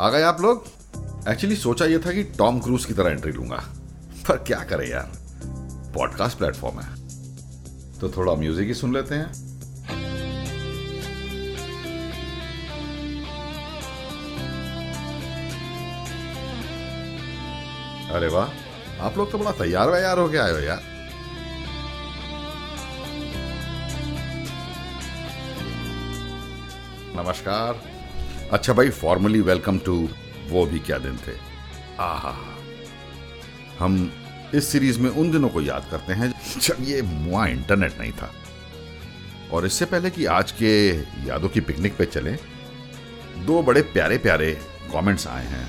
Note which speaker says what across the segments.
Speaker 1: आ गए आप लोग एक्चुअली सोचा ये था कि टॉम क्रूज की तरह एंट्री लूंगा पर क्या करें यार पॉडकास्ट प्लेटफॉर्म है तो थोड़ा म्यूजिक ही सुन लेते हैं अरे वाह आप लोग तो बड़ा तैयार व्यार होके आए हो यार नमस्कार अच्छा भाई फॉर्मली वेलकम टू वो भी क्या दिन थे आहा हम इस सीरीज में उन दिनों को याद करते हैं जब ये मुआ इंटरनेट नहीं था और इससे पहले कि आज के यादों की पिकनिक पे चलें दो बड़े प्यारे प्यारे कमेंट्स आए हैं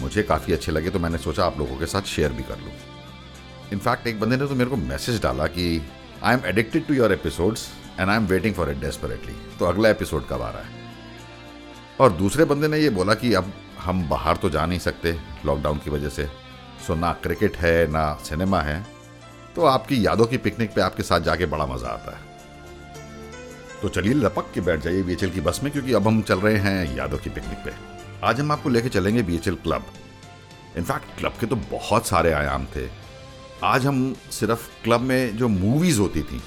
Speaker 1: मुझे काफ़ी अच्छे लगे तो मैंने सोचा आप लोगों के साथ शेयर भी कर लूँ इनफैक्ट एक बंदे ने तो मेरे को मैसेज डाला कि I am addicted to your episodes and I am waiting for it desperately तो अगला एपिसोड कब आ रहा है और दूसरे बंदे ने ये बोला कि अब हम बाहर तो जा नहीं सकते लॉकडाउन की वजह से सो ना क्रिकेट है ना सिनेमा है तो आपकी यादों की पिकनिक पे आपके साथ जाके बड़ा मज़ा आता है तो चलिए लपक के बैठ जाइए बीएचएल की बस में क्योंकि अब हम चल रहे हैं यादों की पिकनिक पे आज हम आपको लेके चलेंगे बीएचएल क्लब इनफैक्ट क्लब के तो बहुत सारे आयाम थे आज हम सिर्फ क्लब में जो मूवीज होती थी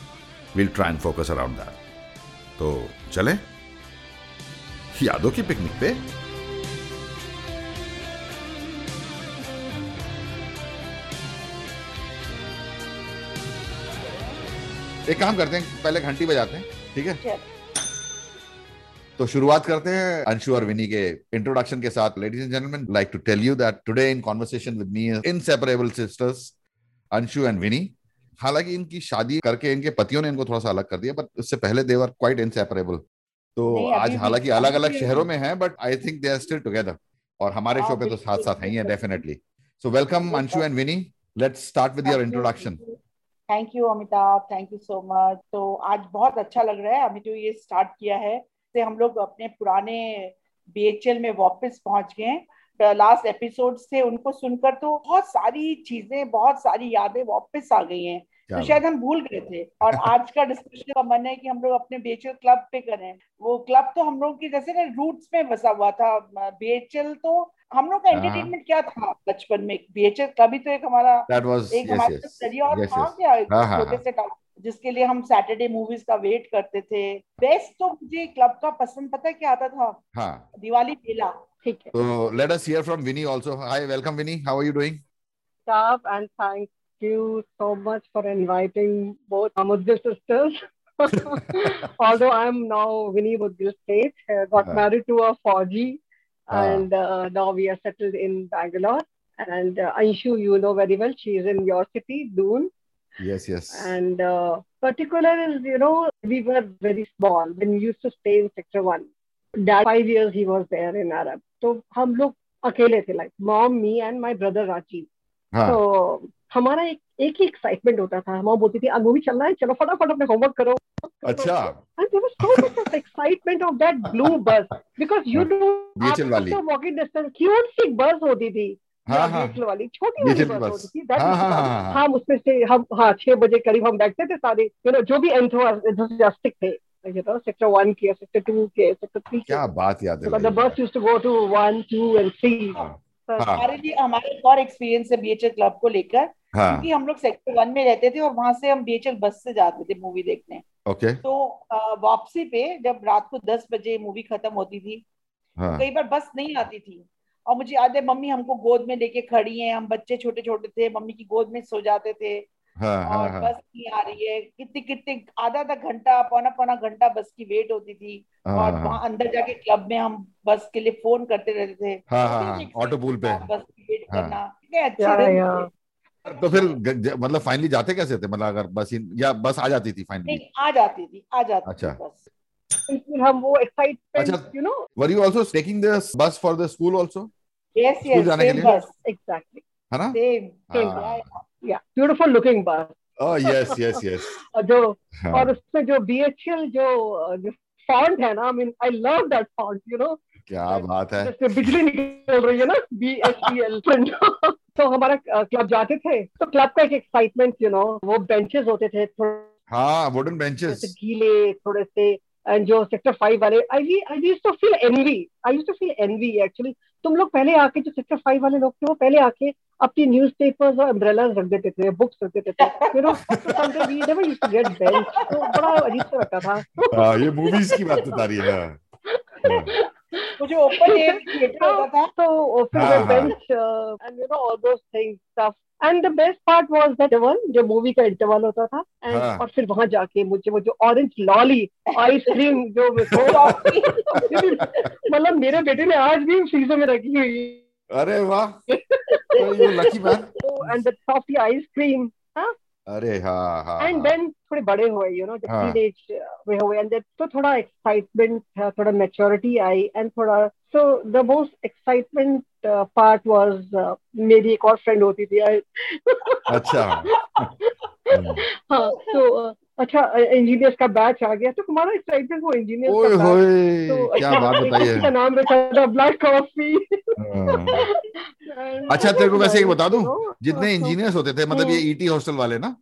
Speaker 1: will try and focus around that तो चलें यादों की पिकनिक पे एक काम करते हैं पहले घंटी बजाते हैं ठीक है तो शुरुआत करते हैं अंशु और विनी के इंट्रोडक्शन के साथ ladies and gentleman like to tell you that today in conversation with me inseparable sisters Anshu and Vini हालांकि इनकी शादी करके इनके पतियों ने इनको थोड़ा सा अलग कर दिया बट उससे पहले दे वर क्वाइट इनसेपरेबल तो
Speaker 2: नहीं, अभी
Speaker 1: आज
Speaker 2: भी
Speaker 1: हालांकि
Speaker 2: काफी
Speaker 1: अलग अलग
Speaker 2: है।
Speaker 1: शहरों में हैं but I think they are still together और हमारे
Speaker 2: हाँ,
Speaker 1: शो पे तो
Speaker 2: बिल्कुल,
Speaker 1: साथ साथ हैं ही
Speaker 2: बिल्कुल।
Speaker 1: Definitely so welcome Anshu and Vinny let's start with your introduction
Speaker 2: thank you Amitabh thank you so much तो आज बहुत अच्छा लग रहा है अभी जो ये स्टार्ट किया है से हम लोग अपने पुराने बीएचएल में वापस पहुंच गए हैं लास्ट एपिसोड से उनको सुनकर तो बहुत सारी चीजें बहुत सारी यादें वापस आ गई हैं तो शायद हम भूल गए थे और आज का डिस्कशन का मन है कि हम लोग अपने बीएचएल क्लब पे करें वो क्लब तो हम लोग की जैसे ना रूट्स में बसा हुआ था बीएचएल तो हम लोग का
Speaker 1: हाँ।
Speaker 2: एंटरटेनमेंट क्या था बचपन में बीएचएल क्लब ही तो एक हमारा
Speaker 1: दैट वाज
Speaker 2: एक
Speaker 1: यस
Speaker 2: हमारे पास
Speaker 1: यस
Speaker 2: जरिया और
Speaker 1: यस
Speaker 2: था
Speaker 1: यस
Speaker 2: क्या एक
Speaker 1: हाँ, हाँ,
Speaker 2: छोटे
Speaker 1: हाँ।
Speaker 2: से काम जिसके लिए हम सैटरडे मूवीज का वेट करते थे बेस्ट तो मुझे क्लब का पसंद पता है क्या आता था
Speaker 1: हां
Speaker 2: दिवाली मेला
Speaker 3: ठीक है
Speaker 1: So let us hear from Vinny also. Hi, welcome Vinny. How are you doing?
Speaker 3: Staff and thank you so much for inviting both Amudgil sisters. Although I'm now Winnie Mudgil State, uh, got
Speaker 1: Ah.
Speaker 3: married to a Forgy,
Speaker 1: Ah.
Speaker 3: and uh, now we are settled in Bangalore. And uh, Anshu, you know very well, she is in your city, Dune.
Speaker 1: Yes, yes.
Speaker 3: And uh, particular is, you know, we were very small when we used to stay in Sector 1. Dad, five years he was there in Arab. So, hum log akele the, like mom, me, and my brother Rajiv.
Speaker 1: हाँ,
Speaker 3: तो हमारा एक एक ही excitement होता था हम बोलते थे अब मूवी चल रहा है चलो फटाफट अपने होमवर्क करो
Speaker 1: अच्छा
Speaker 3: And there was so much of excitement of that blue bus because you know
Speaker 1: BHL हाँ।
Speaker 3: आपको
Speaker 1: वाली।
Speaker 3: तो walking distance क्यूट सी बस होती थी
Speaker 1: हाँ
Speaker 3: या
Speaker 1: हाँ
Speaker 3: BHL वाली छोटी वाली
Speaker 1: BHL
Speaker 3: बस
Speaker 1: बस।
Speaker 3: होती थी that
Speaker 1: हाँ
Speaker 3: used to
Speaker 1: हाँ
Speaker 3: come.
Speaker 1: हाँ हाँ
Speaker 3: हम उसमें से हम हाँ छह बजे करीब हम बैठते थे सारे यू नो जो भी enthusiastic थे you know सेक्टर वन के सेक्टर टू के सेक्टर थ्री
Speaker 1: क्या
Speaker 3: के
Speaker 1: बात याद
Speaker 3: Because the bus used to go to one, two, and three.
Speaker 1: हाँ।
Speaker 2: हमारे लिए हमारे एक और एक्सपीरियंस है बीएचएल क्लब को लेकर
Speaker 1: हाँ
Speaker 2: क्योंकि हम लोग सेक्टर वन में रहते थे और वहां से हम बीएचएल बस से जाते थे मूवी देखने
Speaker 1: ओके
Speaker 2: तो अ, वापसी पे जब रात को दस बजे मूवी खत्म होती थी
Speaker 1: हाँ
Speaker 2: कई बार बस नहीं आती थी और मुझे याद है मम्मी हमको गोद में लेके खड़ी है हम बच्चे छोटे छोटे थे मम्मी की गोद में सो जाते थे
Speaker 1: हाँ हाँ
Speaker 2: और
Speaker 1: हाँ
Speaker 2: बस नहीं आ रही है कितने कितने आधा आधा घंटा पौना पौना घंटा बस की वेट होती थी और
Speaker 1: हाँ
Speaker 2: वहां अंदर जाके क्लब में हम बस के लिए फोन करते रहते थे
Speaker 1: हाँ हाँ ऑटो पूल पे
Speaker 2: बस की वेट
Speaker 1: हाँ।
Speaker 2: करना कितने अच्छे
Speaker 3: Yeah,
Speaker 2: दिन
Speaker 3: yeah.
Speaker 2: थे।
Speaker 1: तो फिर ग- ज- मतलब फाइनली जाते कैसे थे मतलब अगर बस ही- या बस आ जाती थी फाइनली
Speaker 2: नहीं आ जाती थी आ जाती
Speaker 1: अच्छा।
Speaker 2: थी बस
Speaker 3: फिर हम वो
Speaker 1: अच्छा।
Speaker 3: Excitement you know
Speaker 1: were you also taking this bus for the school also
Speaker 2: yes
Speaker 1: school
Speaker 2: yes
Speaker 1: जाने के
Speaker 2: सेम
Speaker 1: लिए?
Speaker 2: बस
Speaker 3: exactly
Speaker 1: है ना
Speaker 2: सेम
Speaker 1: हाँ
Speaker 3: yeah beautiful looking bus
Speaker 1: oh yes yes yes
Speaker 3: और जो
Speaker 1: हाँ
Speaker 3: और उसमें जो BHL जो अ, जो font है ना I mean I love that font you know
Speaker 1: क्या बात है
Speaker 3: जैसे बिजली निकल रही है ना BHEL print तो हमारा क्लब जाते थे तो क्लब का एक एक्साइटमेंट यू नो वो बेंचेस होते थे थोड़े
Speaker 1: हाँ वुडन
Speaker 3: से
Speaker 1: बेंचेस
Speaker 3: गीले थोड़े से एंड जो सेक्टर फाइव वाले I I used to feel envy I used to feel envy actually तुम लोग पहले आके जो सेक्टर फाइव वाले लोग थे वो पहले आके अपनी न्यूज पेपर्स और अम्ब्रेलाज रख देते थे बुक्स रख देते थे तो you know we never used to get bench तो बड़ा अजीब सा लगता था
Speaker 1: हाँ, ये मूवीज की बात बता रही है हाँ। हाँ।
Speaker 2: मुझे ओपन एयर थिएटर होता था
Speaker 3: So uh, fill the
Speaker 1: Uh-huh.
Speaker 3: bench uh, and you know all those things stuff. And the best part was that one जो मूवी का इंटरवल होता था and,
Speaker 1: हाँ.
Speaker 3: और फिर वहां जाके मुझे वो जो ऑरेंज लॉली आइसक्रीम जो वो-
Speaker 2: टॉफी
Speaker 3: मतलब मेरे बेटे ने आज भी फ्रीजर में रखी हुई
Speaker 1: अरे वाह you lucky man
Speaker 3: and the toffee ice cream
Speaker 1: अरे हाँ हाँ
Speaker 3: एंड
Speaker 1: हाँ।
Speaker 3: देन थोड़े बड़े हुए यू नो
Speaker 1: हाँ.
Speaker 3: जब टीनेज में हुए एंड तो थोड़ा एक्साइटमेंट था थोड़ा मैच्योरिटी आई एंड थोड़ा so the most excitement part was uh, मेरी एक और फ्रेंड होती थी I-
Speaker 1: अच्छा हम्म।
Speaker 3: हाँ तो अ, अच्छा इंजीनियर्स का बैच आ गया तो तुम्हारा एक्साइटमेंट वो
Speaker 1: ओए
Speaker 3: इंजीनियर्स का बैच
Speaker 1: होए
Speaker 3: तो
Speaker 1: क्या बात बताई
Speaker 3: किसी का
Speaker 1: है
Speaker 3: नाम रखा था ब्लैक कॉफी
Speaker 1: हाँ। अच्छा, तेरे को वैसे एक बता दूं,
Speaker 3: हाँ, तो-
Speaker 1: जितने इंजीनियर्स होते थे मतलब ये ईटी हॉस्टल वाले ना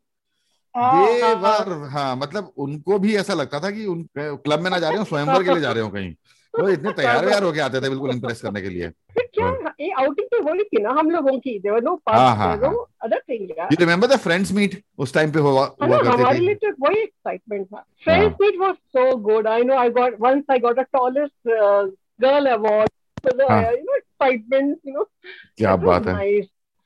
Speaker 2: हाँ
Speaker 1: ये बार हाँ मतलब उनको भी ऐसा लगता था कि उन क्लब में ना जा रहे हो स्वयंवर के लिए जा रहे हो कहीं वो इतने तैयार व्यार होके आते थे बिल्कुल इम्प्रेस करने के लिए
Speaker 3: क्या ये आउटिंग तो होनी थी ना हम लोगों की देवर नो
Speaker 1: हाँ, हाँ,
Speaker 3: पार्ट अदर थिंग यार
Speaker 1: you remember the friends meet उस टाइम पे हुआ हुआ
Speaker 3: है ना
Speaker 1: करते
Speaker 3: हमारे
Speaker 1: थे
Speaker 3: लिए तो वही एक्साइटमेंट था
Speaker 1: हाँ।
Speaker 3: Friends meet was so good I know I got once I got a tallest girl award
Speaker 1: हाँ.
Speaker 3: You know excitement you know
Speaker 1: क्या बात है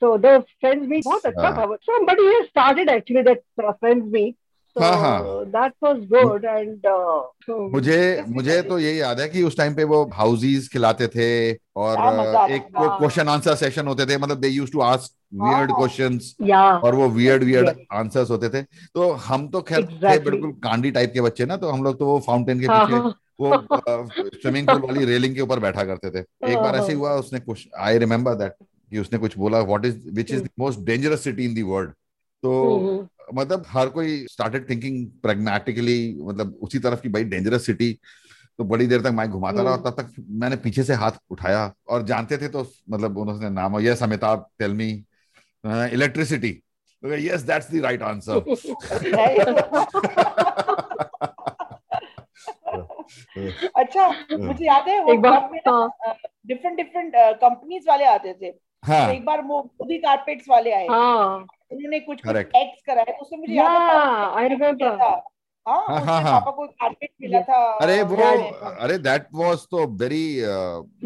Speaker 3: So the friends meet बहुत अच्छा
Speaker 1: हाँ.
Speaker 3: था वो. Somebody has started actually that uh, friends meet. So
Speaker 1: हाँ, हाँ.
Speaker 3: that was good and uh, so,
Speaker 1: मुझे
Speaker 3: Yes,
Speaker 1: मुझे
Speaker 3: yes.
Speaker 1: तो यही याद है कि उस टाइम पे वो हाउजीज खिलाते थे और
Speaker 2: क्या मजा आता
Speaker 1: एक
Speaker 2: था।
Speaker 1: वो क्वेश्चन आंसर सेशन होते थे मतलब they used to ask weird
Speaker 2: हाँ।
Speaker 1: Questions
Speaker 3: yeah.
Speaker 1: और वो वियर्ड वियर्ड
Speaker 3: Yes.
Speaker 1: आंसर्स होते थे तो हम तो खैर थे
Speaker 3: Exactly.
Speaker 1: बिल्कुल कांडी टाइप के बच्चे ना तो हम लोग तो वो फाउंटेन के
Speaker 3: हाँ,
Speaker 1: पीछे
Speaker 3: हाँ.
Speaker 1: वो स्विमिंग पूल वाली रेलिंग के ऊपर बैठा करते थे
Speaker 2: हाँ,
Speaker 1: एक बार ऐसे ही हुआ उसने कुछ आई रिमेम्बर दैट कि उसने कुछ बोला what is which
Speaker 2: hmm.
Speaker 1: Is the most dangerous city in the world तो
Speaker 3: हम्म.
Speaker 1: मतलब हर कोई स्टार्टेड थिंकिंग प्रैग्मेटिकली मतलब उसी तरफ की भाई डेंजरस सिटी तो बड़ी देर तक माइक घुमाता रहा और
Speaker 2: हम्म।
Speaker 1: तब तक मैंने पीछे से हाथ उठाया और जानते थे तो मतलब उन्होंने नाम यस अमिताभ टेल मी हाँ, electricity yes that's the right answer
Speaker 2: नहीं। अच्छा
Speaker 1: हाँ।
Speaker 2: मुझे याद है वो
Speaker 3: एक बार
Speaker 2: क्लब में
Speaker 3: हाँ,
Speaker 2: डिफरेंट डिफरेंट कंपनीज uh, वाले आते थे
Speaker 1: हाँ
Speaker 2: एक बार वो मोदी कारपेट्स वाले आए
Speaker 3: हाँ
Speaker 2: उन्होंने कुछ
Speaker 1: Correct.
Speaker 2: कुछ एक्स कराया तो उसमें मुझे याद है
Speaker 3: Yeah,
Speaker 2: पापा
Speaker 3: I
Speaker 2: को
Speaker 3: remember.
Speaker 1: हाँ,
Speaker 2: मिला था। हाँ उसमें
Speaker 1: हाँ, हाँ.
Speaker 2: पापा को कारपेट मिला था हाँ।
Speaker 1: अरे वो
Speaker 2: याद है।
Speaker 1: अरे दैट वाज तो वेरी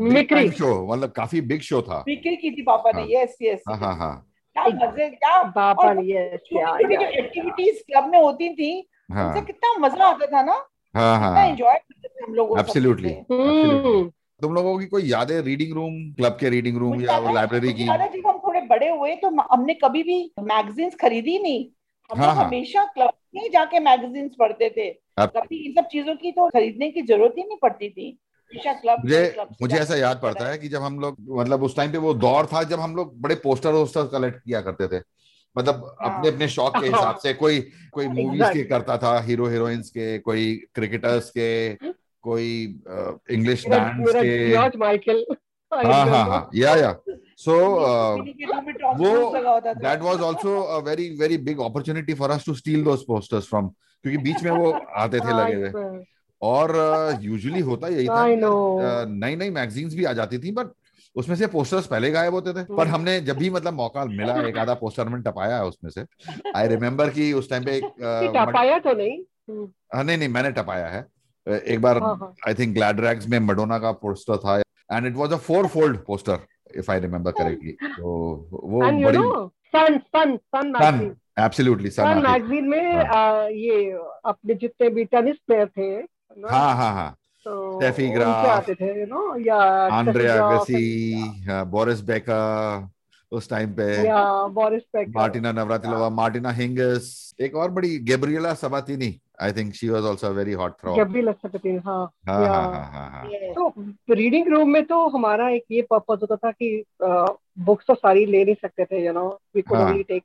Speaker 3: Mimicry.
Speaker 1: शो मतलब काफी बिग शो था
Speaker 2: बिक्री की थी पापा ने
Speaker 1: हाँ.
Speaker 2: यस यस
Speaker 1: हाँ हाँ हाँ
Speaker 2: क्या मजे क्या
Speaker 3: पापा
Speaker 2: और
Speaker 3: ने yes yeah,
Speaker 2: छोटी-छोटी जो
Speaker 3: yeah, yeah.
Speaker 2: एक्टिविटीज क्लब में होती थी
Speaker 1: हाँ
Speaker 2: उनसे कितना मजा आता था ना
Speaker 1: हाँ
Speaker 2: कितना
Speaker 1: हाँ
Speaker 2: एंजॉय करते थे हम लोग वो सब
Speaker 1: Absolutely.
Speaker 2: चीजें।
Speaker 1: Absolutely.
Speaker 3: हम्म
Speaker 1: तुम लोगों की कोई याद है रीडिंग रूम क्लब के रीडिंग रूम
Speaker 2: मुझे
Speaker 1: या
Speaker 2: याद है-
Speaker 1: लाइब्रेरी
Speaker 2: मुझे
Speaker 1: की
Speaker 2: याद है जब हम थोड़े बड़े हुए तो म- हमने कभी भी मैगजीन्स खरीदी ही नहीं हम
Speaker 1: हाँ,
Speaker 2: लोग
Speaker 1: हाँ.
Speaker 2: हमेशा क्लब में ही जाके मैगजीन्स पढ़ते थे
Speaker 1: अब-
Speaker 2: कभी इन सब चीजों की तो खरीदने की जरूरत ही नहीं पड़ती थी हमेशा क्लब
Speaker 1: मुझे
Speaker 2: में, क्लब से
Speaker 1: मुझे
Speaker 2: जाके
Speaker 1: ऐसा याद पड़ता है कि जब हम लोग मतलब उस टाइम पे वो दौर था जब हम लोग बड़े पोस्टर वोस्टर कलेक्ट किया करते थे मतलब
Speaker 2: हाँ।
Speaker 1: अपने अपने शौक के
Speaker 3: हाँ।
Speaker 1: हिसाब से कोई कोई मूवीज के
Speaker 3: Exactly.
Speaker 1: करता था हीरो हीरोइंस के कोई क्रिकेटर्स के कोई इंग्लिश
Speaker 3: मेरा
Speaker 1: बैंड्स
Speaker 3: मेरा
Speaker 1: के
Speaker 3: जॉर्ज माइकल I
Speaker 1: हाँ हाँ
Speaker 3: remember.
Speaker 1: हाँ या या सो
Speaker 2: मिनी के रूम में
Speaker 1: तो,
Speaker 2: Tom
Speaker 1: वो-
Speaker 2: Cruise लगा होता था
Speaker 1: uh, that was also a very very big opportunity for us to steal those posters from क्योंकि बीच में वो आते थे लगे हुए
Speaker 3: I
Speaker 1: और यूजुअली होता यही था
Speaker 3: know.
Speaker 1: नई नई मैगजीन्स भी आ जाती थी बट उसमें से पोस्टर्स पहले गायब होते थे
Speaker 3: हम्म।
Speaker 1: पर हमने जब भी मतलब मौका मिला एक आधा पोस्टर हमने टपाया है उसमें से आई रिमेम्बर कि उस टाइम पे एक
Speaker 3: कि
Speaker 1: अ, मड-
Speaker 3: टपाया तो नहीं
Speaker 1: हाँ, नहीं नहीं मैंने टपाया है अ, एक बार
Speaker 3: हाँ हाँ
Speaker 1: आई थिंक ग्लैडरैक्स में मडोना का पोस्टर था and it was a four fold poster if I remember correctly तो वो
Speaker 3: एंड यू
Speaker 1: बड़ी
Speaker 3: नो सन सन
Speaker 1: सन
Speaker 3: सन मैगजीन
Speaker 1: एब्सोल्युटली
Speaker 3: सन
Speaker 1: सन हाँ।
Speaker 3: मैगजीन में आ, ये अपने जितने भी टेनिस प्लेयर थे ना,
Speaker 1: हाँ हाँ हाँ
Speaker 3: तो
Speaker 1: स्टेफी
Speaker 3: उनके
Speaker 1: ग्राफ,
Speaker 3: आते थे यू नो या
Speaker 1: Andre
Speaker 3: Steffi Graf,
Speaker 1: Agassi Boris Becker हाँ, उस टाइम पे
Speaker 3: या Boris Becker
Speaker 1: Martina Navratilova Martina Hingis एक और बड़ी Gabriela Sabatini I think she was also very hot throw
Speaker 3: जब भी लग सकते थे हाँ
Speaker 1: हाँ हाँ
Speaker 3: yeah.
Speaker 1: हाँ हाँ हाँ
Speaker 2: Yes.
Speaker 3: तो रीडिंग रूम में तो हमारा एक ये पर्पज होता था कि बुक्स तो सारी ले नहीं सकते थे यू नो वी कुड
Speaker 1: हाँ.
Speaker 3: ओनली टेक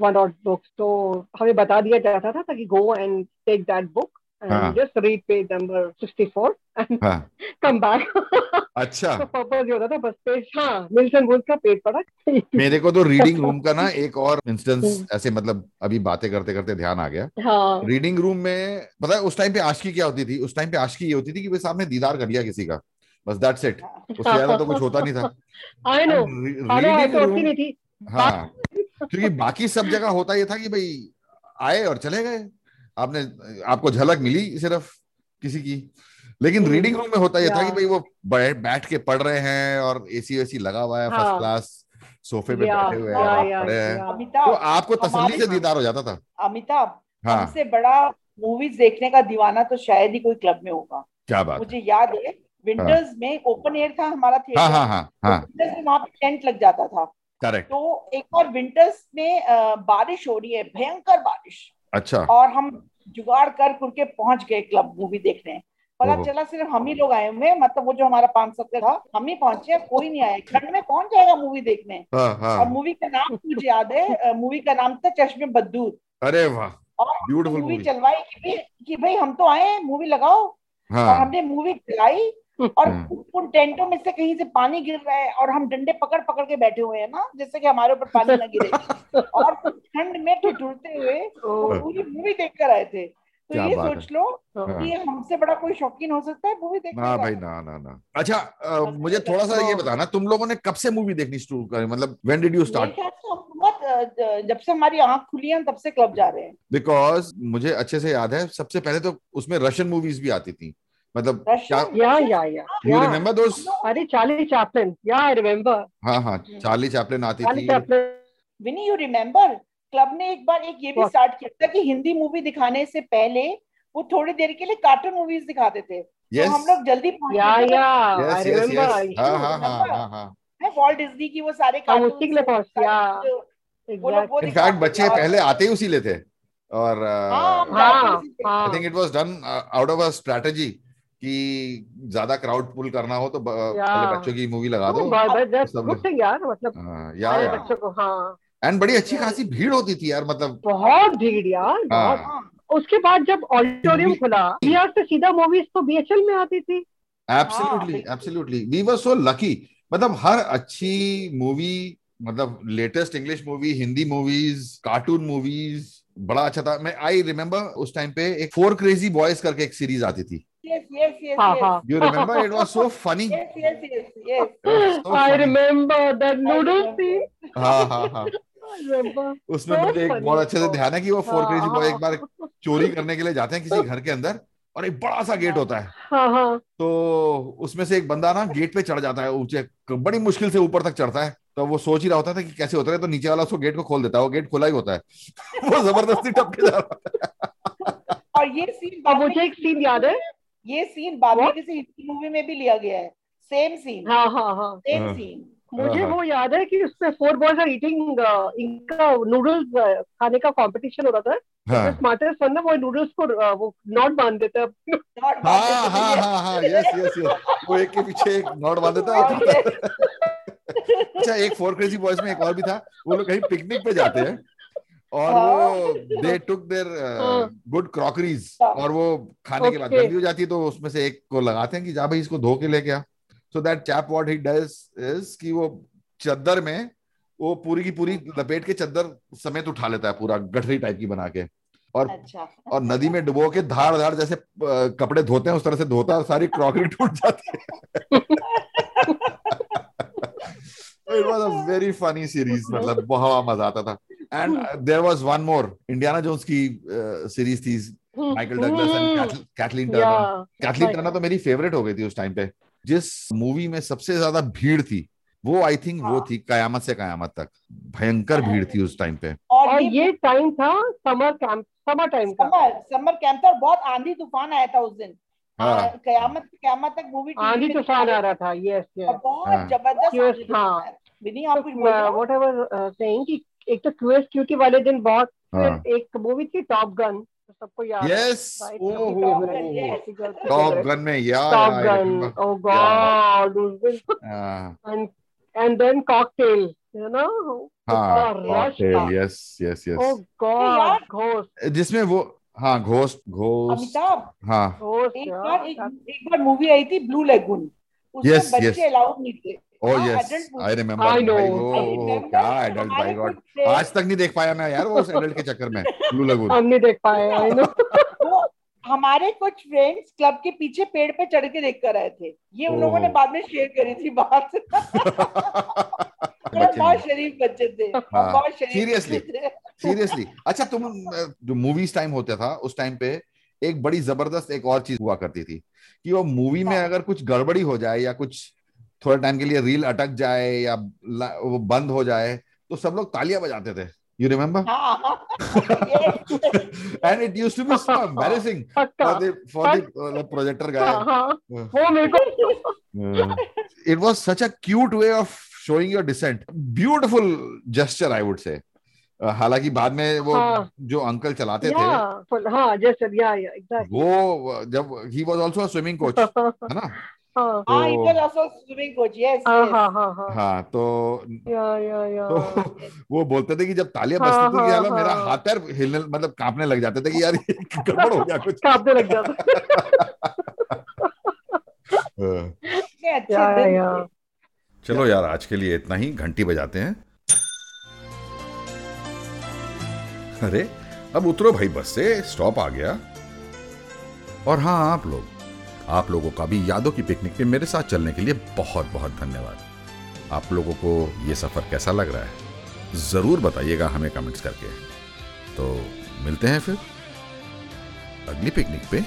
Speaker 3: वन और बुक्स तो हमें बता दिया जाता था ताकि go and take that book
Speaker 1: हाँ.
Speaker 3: And just read page number 64 and
Speaker 1: हाँ
Speaker 3: कम बैक
Speaker 1: अच्छा
Speaker 3: उसका पर्पज ये होता था बस पेट हाँ मिल्टन वुल्फ का पेट पड़ा
Speaker 1: मेरे को तो रीडिंग रूम का ना एक और इंस्टेंस ऐसे मतलब अभी बातें करते करते ध्यान आ गया
Speaker 3: हाँ
Speaker 1: रीडिंग रूम में पता है उस टाइम पे आशकी क्या होती थी उस टाइम पे आशकी ये होती थी कि भाई सामने दीदार कर लिया किसी का बस दैट्स इट उससे
Speaker 3: हाँ,
Speaker 1: ज्यादा तो कुछ होता नहीं था
Speaker 3: आई नो अरे आई
Speaker 1: रीडिंग
Speaker 3: तो हाँ। होती
Speaker 1: रूम
Speaker 3: नहीं थी
Speaker 1: हाँ क्योंकि बाकी सब जगह होता ये था कि भाई आए और चले गए आपने आपको झलक मिली सिर्फ किसी की लेकिन
Speaker 3: हम्म,
Speaker 1: रीडिंग रूम में होता ये था कि
Speaker 3: yeah.
Speaker 1: भाई वो बै- बैठ के पढ़ रहे हैं और एसी वेसी लगा हुआ है फर्स्ट
Speaker 3: हाँ.
Speaker 1: क्लास सोफे पे
Speaker 3: Yeah,
Speaker 1: बैठे हुए हैं
Speaker 2: yeah,
Speaker 1: आप
Speaker 3: yeah,
Speaker 1: पढ़ रहे हैं
Speaker 3: yeah.
Speaker 1: तो
Speaker 2: अमिताभ
Speaker 1: आपको तसल्ली
Speaker 2: हमारे-
Speaker 1: से दीदार हो जाता था
Speaker 2: अमिताभ
Speaker 1: हाँ
Speaker 2: हमसे बड़ा मूवीज देखने का दीवाना तो शायद ही कोई क्लब में होगा
Speaker 1: क्या बात
Speaker 2: मुझे याद है विंटर्स में ओपन एयर था हमारा
Speaker 1: हाँ
Speaker 2: थिएटर
Speaker 1: हाँ हाँ हाँ
Speaker 2: विंटर्स में वहां पे टेंट लग जाता था
Speaker 1: करेक्ट
Speaker 2: तो एक बार विंटर्स में अ, बारिश हो रही है भयंकर बारिश
Speaker 1: अच्छा
Speaker 2: और हम जुगाड़ कर करके पहुंच गए क्लब मूवी देखने पता
Speaker 1: ओहो।
Speaker 2: चला सिर्फ हम ही लोग आए हुए हैं मतलब वो जो हमारा पांच सौ का था हम ही पहुंचे हैं, कोई नहीं आया ठंड में कौन जाएगा मूवी देखने
Speaker 1: हाँ
Speaker 2: और
Speaker 1: हाँ
Speaker 2: मूवी का नाम मुझे याद है मूवी का नाम था चश्मे बद्दूर
Speaker 1: अरे वाह
Speaker 2: और
Speaker 1: ब्यूटीफुल
Speaker 2: मूवी
Speaker 1: मूवी
Speaker 2: चलवाई कि भाई कि भाई हम तो आए हैं मूवी लगाओ और
Speaker 1: हाँ
Speaker 2: हमने मूवी चलाई और
Speaker 1: हम्म।
Speaker 2: उन टेंटों में से कहीं से पानी गिर रहा है और हम डंडे पकड़ पकड़ के बैठे हुए हैं ना जैसे कि हमारे ऊपर पानी ना गिरे और ठंड में ठिठुरते हुए
Speaker 3: तो,
Speaker 2: वो पूरी मूवी देख कर आए थे तो
Speaker 1: हाँ। क्या
Speaker 2: ये
Speaker 1: बात
Speaker 2: सोच लो
Speaker 3: तो,
Speaker 2: कि ये हमसे बड़ा कोई शौकीन हो सकता है मूवी देखने
Speaker 1: ना
Speaker 2: का
Speaker 1: हाँ भाई ना ना ना अच्छा अ, मुझे थोड़ा सा
Speaker 3: तो-
Speaker 1: ये बताना तुम लोगों ने कब से मूवी देखनी शुरू करी मतलब व्हेन डिड यू
Speaker 2: मेरे
Speaker 1: स्टार्ट
Speaker 2: ख्याल से हम बहुत अ, जब से हमारी आंख खुली है हम तब से क्लब जा रहे हैं
Speaker 1: बिकॉज मुझे अच्छे से याद है सबसे पहले तो उसमें रशियन मूवीज भी आती थी मतलब क्या
Speaker 2: रशियन
Speaker 3: या या या
Speaker 2: हाँ,
Speaker 1: यू
Speaker 3: या
Speaker 1: रिमेम्बर दोस
Speaker 3: अरे चार्ली चैपलिन या आई रिमेम्बर
Speaker 1: हाँ हाँ
Speaker 2: हम्म।
Speaker 1: चार्ली चैपलिन आती
Speaker 3: चार्ली
Speaker 1: थी
Speaker 3: चैपलिन
Speaker 2: विनी यू रिमेम्बर क्लब ने एक बार एक ये भी
Speaker 1: हाँ।
Speaker 3: What?
Speaker 2: स्टार्ट किया था कि हिंदी मूवी दिखाने से पहले वो थोड़ी देर के लिए कार्टून मूवीज दिखाते थे तो हम
Speaker 1: यस
Speaker 2: लोग हाँ, जल्दी पहुंच
Speaker 3: या
Speaker 2: गए थे।
Speaker 3: या आई
Speaker 1: यस यस यस हाँ हाँ
Speaker 3: रिमेम्बर
Speaker 1: हाँ हाँ हाँ
Speaker 2: है वॉल्ट डिज्नी की वो सारे
Speaker 3: हम उसी के लिए
Speaker 2: कार्टून
Speaker 3: पहुंचे या
Speaker 2: वो लोग वो
Speaker 3: एग्जैक्टली
Speaker 1: इनफैक्ट बच्चे
Speaker 2: और-
Speaker 1: पहले आते ही उसी लेते और uh,
Speaker 2: हाँ
Speaker 1: आई
Speaker 3: हाँ
Speaker 2: cartoons थे।
Speaker 3: हाँ
Speaker 1: think it was done out of a strategy कि ज्यादा क्राउड पुल करना हो तो ब-
Speaker 3: Yeah.
Speaker 1: पहले बच्चों की मूवी लगा
Speaker 3: तो
Speaker 1: दो सब लोग-
Speaker 3: गुड थिंग यार मतलब
Speaker 1: हाँ,
Speaker 3: सारे
Speaker 1: या
Speaker 3: बच्चों को हाँ
Speaker 1: एंड बड़ी अच्छी खासी भीड़ होती थी यार मतलब
Speaker 3: बहुत भीड़ यार बहुत
Speaker 1: हाँ
Speaker 2: हाँ,
Speaker 3: उसके बाद जब ऑडिटोरियम
Speaker 1: movie-
Speaker 3: खुला VR से सीधा मूवीज तो बीएचएल में आती थी Ah,
Speaker 1: एब्सोल्युटली
Speaker 2: बिल्कुल।
Speaker 1: Absolutely we were so lucky मतलब हर अच्छी मूवी मतलब latest English movie Hindi movies cartoon movies बड़ा अच्छा था मैं आई रिमेम्बर उस टाइम पे एक फोर क्रेजी बॉयज करके एक सीरीज आती थी
Speaker 2: yes, yes, yes,
Speaker 3: हाँ
Speaker 2: yes.
Speaker 3: हाँ
Speaker 1: you remember it was so funny
Speaker 2: Yes, yes, yes, yes.
Speaker 3: I remember the noodle see
Speaker 1: हाँ हाँ हाँ उसमें
Speaker 3: So
Speaker 1: मुझे एक
Speaker 3: funny.
Speaker 1: बहुत अच्छे से ध्यान है कि वो फोर
Speaker 3: हाँ,
Speaker 1: क्रेजी बॉय एक
Speaker 3: हाँ।
Speaker 1: बार चोरी करने के लिए जाते हैं किसी घर के अंदर और एक बड़ा सा गेट होता है
Speaker 3: हाँ हाँ
Speaker 1: तो उसमें से एक बंदा ना गेट पे चढ़ जाता है ऊंचे बड़ी मुश्किल से ऊपर तक चढ़ता है तो वो सोच ही रहा होता था कि कैसे उतरे तो नीचे वाला उसको गेट को खोल देता है वो गेट खुला ही होता है वो जबरदस्ती टपके जा रहा
Speaker 2: और ये सीन
Speaker 3: अब मुझे एक सीन याद है
Speaker 2: ये सीन बाद में
Speaker 3: What?
Speaker 2: किसी हिंदी मूवी में भी लिया गया है सेम सीन
Speaker 3: हाँ हाँ हाँ
Speaker 2: सेम
Speaker 1: हाँ।
Speaker 2: सीन
Speaker 3: मुझे
Speaker 1: हाँ।
Speaker 3: वो याद है कि उसमें four boys are eating uh, इनका नूडल्स खाने का कंपटीशन हो रहा था
Speaker 1: है
Speaker 3: स्मार्टेस्ट वन ना वो नूडल्स को uh, वो नॉट बांध देता है
Speaker 1: हाँ हाँ हाँ हाँ हाँ यस यस यस वो एक के पीछे एक नॉट बांध देता है और उतरता है। अच्छा एक फोर क्रेजी बॉयज में एक और भी था वो लोग कहीं पिकनिक पे जाते हैं और वो दे टुक देयर
Speaker 3: हाँ।
Speaker 1: गुड क्रॉकरीज
Speaker 2: हाँ।
Speaker 1: uh, और वो खाने के बाद
Speaker 3: Okay.
Speaker 1: गंदी हो जाती है तो उसमें से एक को लगाते हैं कि जा भाई इसको धो के लेके आ so that chap what he does is कि वो चद्दर में वो पूरी की पूरी लपेट के चद्दर समेत उठा लेता है पूरा गठरी टाइप की बना के और
Speaker 2: अच्छा
Speaker 1: और नदी में डुबो के धार धार जैसे अ, कपड़े धोते हैं उस तरह से धोता है और सारी क्रॉकरी टूट जाती है it was a very funny series मतलब बहुत मजा आता था and there was one more Indiana Jones की सीरीज थी Michael
Speaker 3: hmm.
Speaker 1: Douglas and Kathleen Turner
Speaker 3: या
Speaker 1: कैथलीन
Speaker 3: Hmm. right.
Speaker 1: टर्नर तो मेरी फेवरेट हो गई थी उस टाइम पे जिस मूवी में सबसे ज्यादा भीड़ थी वो आई थिंक वो
Speaker 2: हाँ।
Speaker 1: थी कयामत से कयामत तक भयंकर भीड़ थी उस टाइम पे
Speaker 2: और
Speaker 3: और
Speaker 2: ये
Speaker 3: ये टाइम था समर कैंप समर टाइम का
Speaker 2: समर समर कैंप था और बहुत आंधी तूफान आया था उस दिन
Speaker 1: हाँ
Speaker 2: आ, कयामत कयामत तक मूवी
Speaker 3: आंधी तूफान तो आ रहा था यस यस
Speaker 1: हाँ।
Speaker 2: बहुत जबरदस्त
Speaker 3: Yes,
Speaker 2: आंधी
Speaker 3: हाँ।
Speaker 2: तूफान आया। विनी आप कुछ बोल रहे हो
Speaker 3: वट एवर सेइंग uh, कि एक तो क्यूएस क्यूटी वाले दिन बहुत
Speaker 1: हाँ
Speaker 3: एक मूवी थी टॉप गन सबको याद है।
Speaker 1: यस
Speaker 3: Right,
Speaker 1: ओ
Speaker 3: सबकी
Speaker 1: हो
Speaker 3: Top
Speaker 1: हो, हो, हो।
Speaker 2: yes.
Speaker 3: Gun, सबकी girl की
Speaker 1: टॉप
Speaker 3: favorite.
Speaker 1: गन में या
Speaker 3: Top
Speaker 1: या, I
Speaker 3: Gun.
Speaker 1: remember.
Speaker 3: Oh God, उस दिन
Speaker 1: हाँ,
Speaker 3: and and then cocktail, you know,
Speaker 1: हाँ,
Speaker 3: इतना rush
Speaker 1: cocktail,
Speaker 3: था।
Speaker 1: yes, yes, yes.
Speaker 3: Oh
Speaker 2: तो यार।
Speaker 3: God, घोष
Speaker 1: जिसमें वो हाँ घोस्ट घोस्ट
Speaker 2: अमिताभ
Speaker 1: हाँ
Speaker 3: घोष
Speaker 2: एक
Speaker 3: यार।
Speaker 2: बार एक, एक बार मूवी आई थी ब्लू लेगून उसमें
Speaker 1: Yes,
Speaker 2: बच्चे
Speaker 1: yes.
Speaker 2: अलाउड नहीं थे
Speaker 1: Oh
Speaker 2: हाँ,
Speaker 1: yes,
Speaker 2: adult movies.
Speaker 1: I remember.
Speaker 3: I know.
Speaker 1: भाई,
Speaker 2: I
Speaker 1: वो- वो
Speaker 2: remember
Speaker 1: क्या
Speaker 2: हमारे
Speaker 1: adult by God.
Speaker 2: कुछ friends-
Speaker 1: आज तक नहीं देख पाया मैं यार वो उस एडल्ट के चक्कर में ब्लू लगून
Speaker 3: हम नहीं देख पाए आई नो
Speaker 2: वो हमारे कुछ फ्रेंड्स क्लब के पीछे पेड़ पे चढ़ के देख कर आए थे ये उन लोगों ने
Speaker 1: ओह।
Speaker 2: बाद में शेयर करी थी बात हाँ। वो बहुत शरीफ बच्चे थे वो
Speaker 1: हाँ,
Speaker 2: बहुत शरीफ
Speaker 1: seriously.
Speaker 2: बच्चे थे।
Speaker 1: सीरियसली अच्छा तुम अ, जो मूवीज टाइम होता था उस टाइम पे एक बड़ी जबरदस्त एक और चीज हुआ करती थी कि वो मूवी में
Speaker 2: हाँ।
Speaker 1: अगर कुछ गड़बड़ी हो जाए या कुछ थोड़ा टाइम के लिए रील अटक जाए या ला- वो बंद हो जाए तो सब लोग तालियां बजाते थे यू रिमेम्बर
Speaker 2: हाँ हाँ, yes.
Speaker 1: And it used to be so embarrassing
Speaker 3: पक्का
Speaker 1: for the for the projector guy
Speaker 3: हाँ, हाँ,
Speaker 1: Uh,
Speaker 3: वो मेरे को
Speaker 1: it was such a cute way of showing your dissent beautiful gesture i would say Uh, हालांकि बाद में वो
Speaker 3: हाँ।
Speaker 1: जो अंकल चलाते
Speaker 3: या
Speaker 1: थे
Speaker 3: फुल हाँ जैसे या या एग्जैक्ट
Speaker 1: वो uh, जब he was also a swimming coach
Speaker 3: हाँ
Speaker 1: है ना
Speaker 2: हाँ
Speaker 1: तो-
Speaker 2: it was also swimming coach yes
Speaker 3: हाँ
Speaker 2: yes
Speaker 3: हाँ हाँ हाँ
Speaker 1: हाँ तो
Speaker 3: या या या
Speaker 1: तो वो बोलते थे कि जब तालियां
Speaker 3: हाँ,
Speaker 1: बजती थी
Speaker 3: हाँ,
Speaker 1: यार मेरा
Speaker 3: हाँ।
Speaker 1: हाथ पैर हिलने मतलब कांपने लग जाते थे कि यार ये गड़बड़ हो गया कुछ
Speaker 3: कांपने लग जाता
Speaker 1: Uh,
Speaker 2: कितने अच्छे
Speaker 3: या
Speaker 2: दिन
Speaker 3: या
Speaker 2: थे।
Speaker 4: चलो यार आज के लिए इतना ही घंटी बजाते हैं अरे अब उतरो भाई बस से स्टॉप आ गया और हाँ आप लोग आप लोगों का भी यादों की पिकनिक में मेरे साथ चलने के लिए बहुत बहुत धन्यवाद आप लोगों को ये सफ़र कैसा लग रहा है ज़रूर बताइएगा हमें कमेंट्स करके तो मिलते हैं फिर अगली पिकनिक पे